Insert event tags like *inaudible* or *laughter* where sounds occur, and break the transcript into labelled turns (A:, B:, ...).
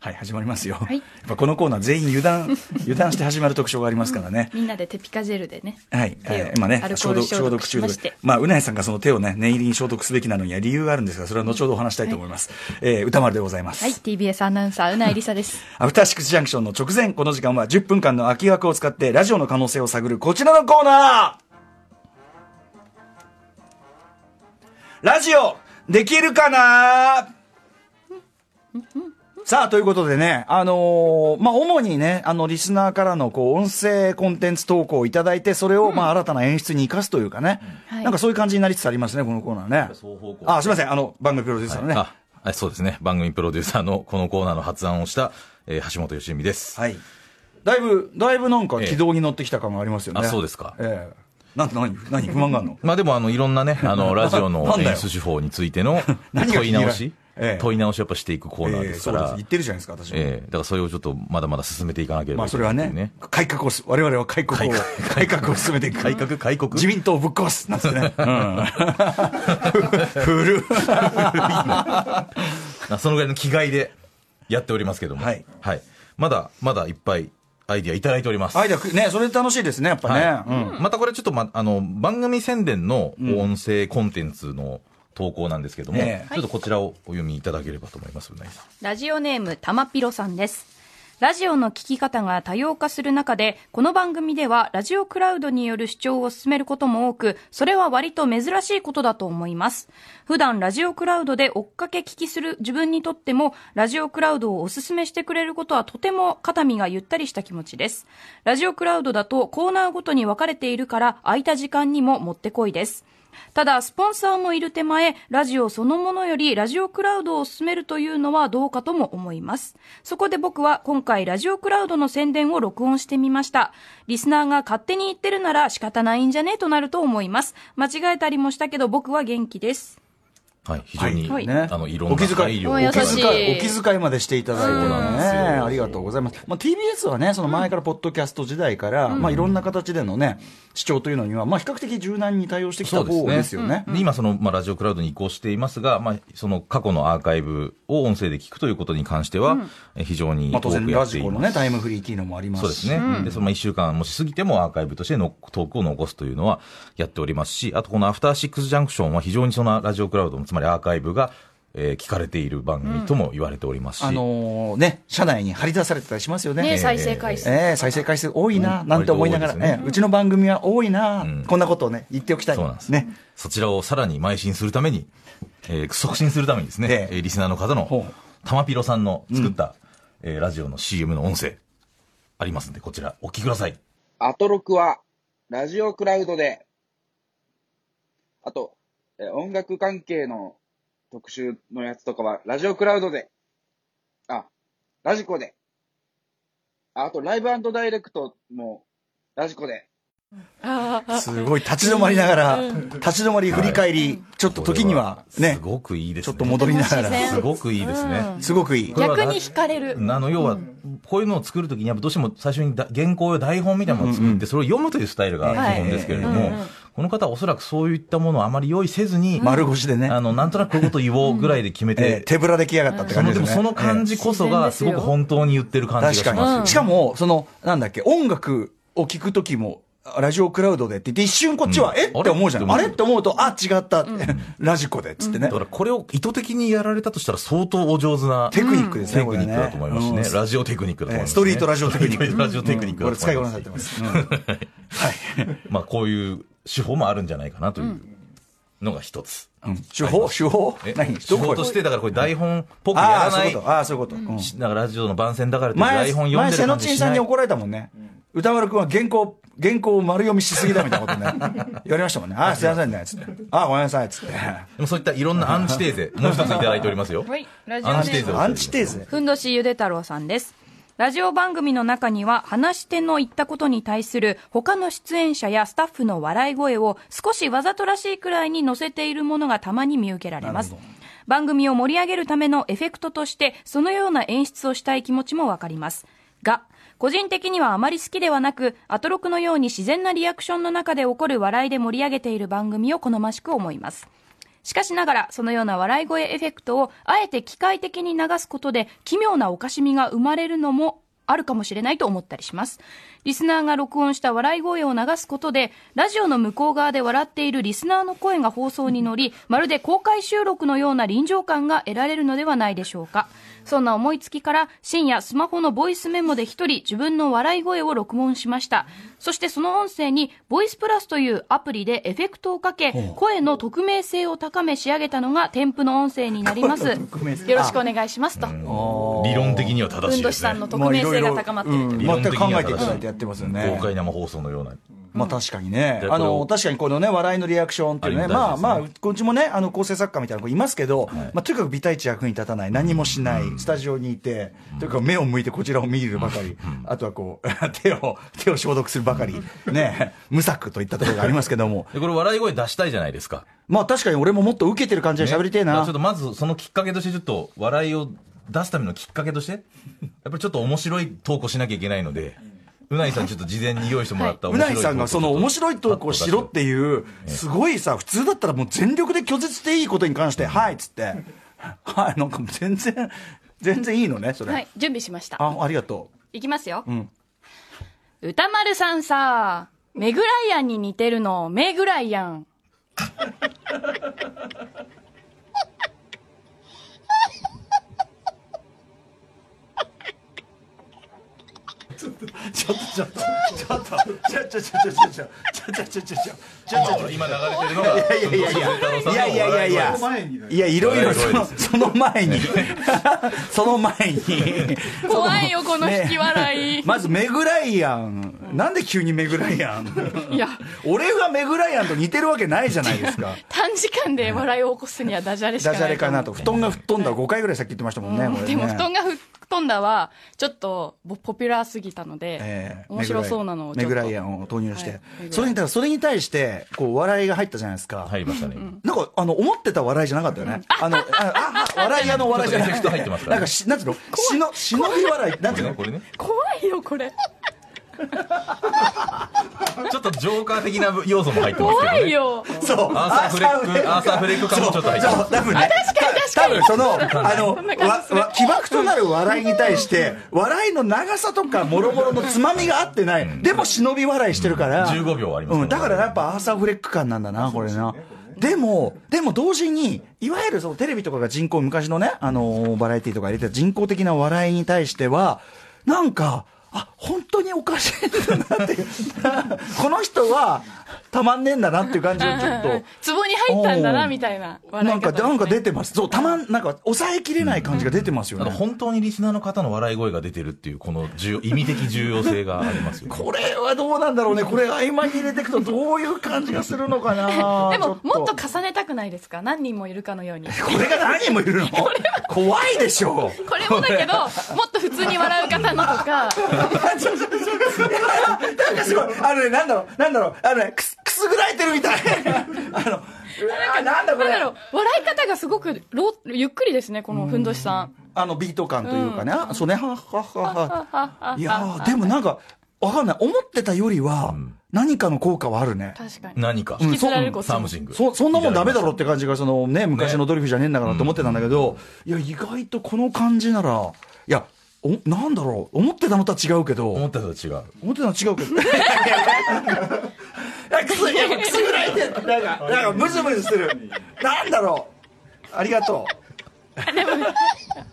A: はい始まりますよ、
B: はい
A: やっぱこのコーナー全員油断 *laughs* 油断して始まる特徴がありますからね、
B: みんなでテピカジェルでね。
A: はい、
B: 手を
A: えー今ね
B: アル、コー
A: 消
B: ル
A: 毒、消毒中
B: しま
A: 毒
B: して。
A: まあ、うなえさんがその手をね、念入りに消毒すべきなのには理由があるんですが、それは後ほどお話したいと思います。えー歌丸でございます。
B: はい、TBS アナウンサー、うないりさです。
A: アフターシックスジャンクションの直前、この時間は10分間の空き枠を使って、ラジオの可能性を探るこちらのコーナーラジオできるかなさあ、ということでね、あのーまあ、主にね、あの、リスナーからの、こう、音声コンテンツ投稿をいただいて、それを、まあ、新たな演出に生かすというかね、
B: うんはい
A: なんかそういう感じになりつつありますね、このコーナーね。
C: 双方向
A: あ、すいません、あの、番組プロデューサーのね。
C: ああそうですね。番組プロデューサーのこのコーナーの発案をした、えー橋本良美です。
A: はい。だいぶ、だいぶなんか軌道に乗ってきた感がありますよね。
C: ええあそうですか
A: ええなんて何、何、不満がある
C: *laughs*
A: の
C: まあでも、あの、いろんな
A: *laughs*
C: ね、あの、ラジオ
A: なん
C: の
A: だよ
C: 演出手法についての
A: *laughs* 何が気
C: 問
A: に入
C: い
A: らん
C: 直し、
A: ええ
C: 問い直しをやっぱしていくコーナー
A: ええ
C: です
A: そ
C: か
A: うです
C: ら、え
A: 言ってるじゃないですか、私も。
C: えだからそれをちょっとまだまだ進めていかなけれ
A: ま
C: ば
A: あ、
C: いけ
A: そ
C: な
A: れ
C: い
A: は
C: っていう
A: ね、改革をす、我々は改革を、改革を進めていく。
C: 改革、改革。
A: 自民党をぶっ壊すなんて
C: *laughs*
A: ね。うん。 *laughs* 古い *laughs*
C: あそのぐらいの気概でやっておりますけども、
A: はい
C: まだ、まだいっぱいアイディアいただいております。
A: アイデアく、ね、それ楽しいですね、やっぱね。
C: は
A: うん
C: いまたこれちょっと、ま、あの、番組宣伝の音声コンテンツの投稿なんですけども、
A: ええ
C: ちょっとこちらをお読みいただければと思います、うなぎさん
B: ラジオネーム、たまぴろさんです。ラジオの聞き方が多様化する中で、この番組ではラジオクラウドによる視聴を進めることも多く、それは割と珍しいことだと思います。普段ラジオクラウドで追っかけ聞きする自分にとっても、ラジオクラウドをおすすめしてくれることはとても肩身がゆったりした気持ちです。ラジオクラウドだとコーナーごとに分かれているから、空いた時間にももってこいです。ただ、スポンサーもいる手前、ラジオそのものよりラジオクラウドを進めるというのはどうかとも思います。そこで僕は今回ラジオクラウドの宣伝を録音してみました。リスナーが勝手に言ってるなら仕方ないんじゃねとなると思います。間違えたりもしたけど僕は元気です。
C: はい、非常に、
B: はい
C: あの、いろんな
A: お気遣
C: 配
A: い、
C: 慮
A: お
C: を
A: 気
B: 優
C: いただ
B: しい
C: いて
A: 遣い、お気遣いまでしていただいて
C: そうなんです
A: ね、
C: よ
A: ありがとうございます。まあ、TBS はね、その前からポッドキャスト時代から、まあ、いろんな形でのね、視聴というのには、まあ、比較的柔軟に対応してきた方ですよね。
C: で今その、まあ、ラジオクラウドに移行していますが、まあ、その過去のアーカイブを音声で聞くということに関しては、え非常に
A: まあ、当
C: 多
A: 然、
C: くや
A: ラ
C: って
A: ジ
C: い
A: コ
C: ます。
A: のね、タイムフリー機能もありま
C: そう
A: す
C: で
A: し。
C: すね。で、そのまあ一週間もし過ぎてもアーカイブとしてのトークを残すというのはやっておりますし、あとこのアフターシックスジャンクションは非常にそのラジオクラウドも、つまりアーカイブが、えー聞かれている番組とも言われておりますし、
A: あのーね、社内に張り出されてたりしますよね。
B: ね、
A: え
B: 再生回数。
A: え再生回数多いな、
C: うん
A: なんて思いながら、
C: 割と多いです
A: ええうちの番組は多いな、
C: ん
A: こんなことをね、言っておきたい。
C: そうなんです、
A: ね。
C: そちらをさらに邁進するために、えー促進するためにですね、
A: ええ
C: えーリスナーの方の
A: ほう、
C: たまぴろさんの作った、えーラジオの CM の音声、ありますんで、こちらお聞きください。
D: アトロクは、ラジオクラウドで、あと、え音楽関係の特集のやつとかは、ラジオクラウドで、あ、ラジコで、ああと、ライブダイレクトも、ラジコで、
A: すごい立ち止まりながら、立ち止まり、振り返り、ちょっと時にはね
C: す、ごくいいです
A: ちょ
C: ね。
A: っと戻りなが
B: とても自
A: ら、
C: すごくいいですね。
A: すごくいい
C: こ。れは
B: 逆に惹かれる。
C: あの要は、こういうのを作るときに、やっぱどうしても最初にだ原稿や台本みたいなものを作って、それを読むというスタイルが基本ですけれど
B: はい
C: も、この方はおそらくそういったものをあまり用意せずに、
A: 丸腰でね、
C: あのなんとなくこういうこと言おうぐらいで決
A: え
C: め
A: え
C: て、
A: 手ぶらで来やがったって
C: そ
A: 感
C: の
A: じで
C: でも
A: すね。
C: その感じこそが、すごく本当に言ってる感じ
A: 確
C: がします
A: か
C: よ
A: に。しかも、その、なんだっけ、音楽を聞くときも、あラジオクラウドでって言って、一瞬こっちは、
C: うん
A: えって思うじゃん。あ
C: あ
A: れ
C: れ
A: って思うと、あ、違った。ラジコで、つってね
C: だか。らこれを意図的にやられたとしたら、相当お上手な
A: テクニックですね、
C: テ
A: こ
C: ク
A: れ
C: ニ
A: ね
C: ックだと思いますしね、
A: うん
C: ラジオテクニックだと思い
A: え
C: ま
A: え
C: すね
A: ストリートラジオテクニッ
C: ストリ
A: ク。
C: ートラジオテクニック
A: うん俺
C: だと
A: 使
C: 思
A: い
C: い
A: こ
C: ま
A: な
C: す
A: さ
C: し
A: れてます。うんはい。
C: まあこういう手法もあるんじゃないかなというのが一つ。
A: うん手法手法
C: え
A: 何
C: 手法として、だからこれ台本っぽくや
A: ああ、
C: ら
A: そう
C: ないいう
A: こと。ああ、そういうこと。うん
C: しだからラジオの番宣だからって
A: 前、
C: 台本読ん
A: 前、
C: でる
A: 瀬野
C: 感じ
A: 陳
C: し
A: さん
C: な
A: に
C: い。
A: 怒られたもんね。歌丸くんは原稿、原稿を丸読みしすぎだみたいなことね。
C: *laughs*
A: 言われましたもんね。ああ、すいませんね、つって。ああ、ごめんなさい、つって。
C: でもそういったいろんなアンチテーゼ、もう一ついただいておりますよ。
B: はいラジオネーム
C: アンチテーゼを。
A: アンチテーゼ。
B: ふんどしゆで太郎さんです。ラジオ番組の中には、話し手の言ったことに対する他の出演者やスタッフの笑い声を少しわざとらしいくらいに載せているものがたまに見受けられま
A: な
B: す
A: るほ。
B: 番組を盛り上げるためのエフェクトとして、そのような演出をしたい気持ちもわかります。が、個人的にはあまり好きではなく、アトロクのように自然なリアクションの中で起こる笑いで盛り上げている番組を好ましく思います。しかしながら、そのような笑い声エフェクトを、あえて機械的に流すことで、奇妙なおかしみが生まれるのも、あるかもしれないと思ったりします。リスナーが録音した笑い声を流すことで、ラジオの向こう側で笑っているリスナーの声が放送に乗り、まるで公開収録のような臨場感が得られるのではないでしょうか。そんな思いつきから、深夜スマホのボイスメモで一人自分の笑い声を録音しました。そしてその音声に、ボイスプラスというアプリでエフェクトをかけ、声の匿名性を高め仕上げたのが添付の音声になります。よろしくお願いしますと。
C: 理論的には正
B: 運
C: しい
B: 動
C: で
B: 士
C: すね
B: さんの匿名性が高まってるという。
C: 理論
A: 全
C: 的
A: く
C: に
A: 考
C: は正
A: えていた
C: しい
A: だいてやってますよね。
C: 豪快生放送のような
A: まあ確かにね、
C: で
A: あ
C: これ
A: の
C: を
A: 確かにこのね、笑いのリアクションっていうね、
C: あれ
A: まあ
C: も大事ですね
A: まあ、こっちもね、あの構成作家みたいな子いますけど、まあ、とにかくビタ一役に立たない、何もしない、スタジオにいて、とにかく目を向いてこちらを見るばかり、あとはこう *laughs* 手を、手を消毒するばかり、ね、無策といったところがありますけども、
C: でこれ笑い声出したいじゃないですか
A: まあ確かに俺ももっと受けてる感じで喋りてえ
C: ねま
A: な、
C: あちょっとまずそのきっかけとしてちょっと笑いを出すためのきっか
A: *laughs*
C: けとしてやっぱりちょっと面白い投稿しなきゃいけないのでうないさんちょっと事前に用意してもらった
A: うないさんがその面白いトークをしろって
C: う
A: いう、すごいさ、普通だったらもう全力で拒絶していいことに関して、はいっつって、 *laughs* はい、なんかもう全然、全然いいのね、それ。
B: はい、準備しました。
A: あ、ありがと
B: いきますよ。
A: ん
B: 歌丸さんさ、メグライアンに似てるの、メグライアン。
A: う。ちょっとちょっと、ちょっと、ちょちょちょちょちょちょちょちょちょちょちょちょちょちょ。
C: 今流れてるのが
A: いやいやいやいやいやいやいやいやいろいろそのその前にその前に
B: 怖いよ、この引き笑い。
A: まずメグライアンなんで急にメグライアン
B: いや、
A: 俺がメグライアンと似てるわけないじゃないですか
B: 短時間で笑いを起こすにはダジャレしか
A: ダ
B: ない。
A: ジャレかなと。布団が吹っ飛んだ5回ぐらいさっき言ってましたもんね、これね
B: でも、布団が吹っ飛んだは、ちょっとぼポピュラーすぎたので、
A: ええ
B: 面白そうなのを
A: メ
B: ちょっと。
A: グライアンを投入して、
B: はいメグライアン
A: それにだからそれに対してこう笑いが入ったじゃないですか、
C: 入りましたね
A: なんか、あの、思ってた笑いじゃなかったよ
B: *laughs*
A: ね。あの、あああ笑い屋の笑いじゃな
C: ちょ
A: く
C: っ
A: て、
C: とエフェクト入ってますか
A: な
C: ら
A: ん
C: ね
A: かし、なんていうの、しの、しのぎ笑い、なん
C: こ
A: て
C: れ
A: いう
C: ね
A: の、
C: これね
B: 怖いよ、これ。
C: ちょっとジョーカー的な要素も入ってますけど、
B: 怖
C: ね、
B: いよ。
A: そう、
C: アーサーフレック
A: ア
C: アーサーフレック感もちょっと入ってます
A: そうそう多分ね、多分その、あの、わ、わ、起爆となる笑いに対して、笑いの長さとか、もろもろのつまみが合ってない。でも、忍び笑いしてるから。
C: うん15秒あります
A: う
C: からね
A: ん、だからやっぱアーサーフレック感なんだな、これな。でも、でも同時に、いわゆるそのテレビとかが人工、昔のね、あのーバラエティとか入れてた人工的な笑いに対しては、なんか、あ、本当におかしいんだなっていう。 *laughs* この人は、たまんねえんだなっていう感じをちょっ
B: *laughs*
A: と。
B: 壺に入ったんだ
A: おー
B: な、みたいな笑い
A: なん
B: 方
A: か、
B: ですね
A: なんか出てます。そう、たまん、なんか、抑えきれない感じが出てますよ
C: あの
A: ね。
C: 本当にリスナーの方の笑い声が出てるっていう、この重要意味的重要性がありますよ、ね。
A: これはどうなんだろうね。これ、合間に入れていくとどういう感じがするのかな
B: *laughs* で
A: ちょ
B: も
A: っ、と
B: もっと重ねたくないですか何人もいるかの
A: *laughs*
B: ように。
A: これが何人もいるの怖いでしょ
B: これもだ
A: *laughs*
B: けど、もっと普通に笑う方のとか、
A: なんかすごいあのねなんだろうなんだろうあのねくすくすぐられてるみたいあのうわーなんだこ
B: なんだ
A: れ
B: ろう、笑い方がすごくロゆっくりですね、このふんどしさん。
A: あのビート感というかね、あそうねはっはっはっはいやー
B: で
A: でもなんかわかんない思ってたよりは何かの効果はあるね、
B: 確かに。
C: 何か。
B: 引きずられるこっち
C: サ
B: も
C: ムシング。
A: そそんなもんダメだろって感じがその、ね、昔のドリフじゃねえんだからと思ってたんだけど、いや意外とこの感じならいやおなんだろう思ってたのとは違うけど、
C: 思ったのと違う。
A: 思ってたの違うけ *laughs* ど。いやくすいやくすぐられてるなんか、なんかムズムズする。なんだろう。ありがとう。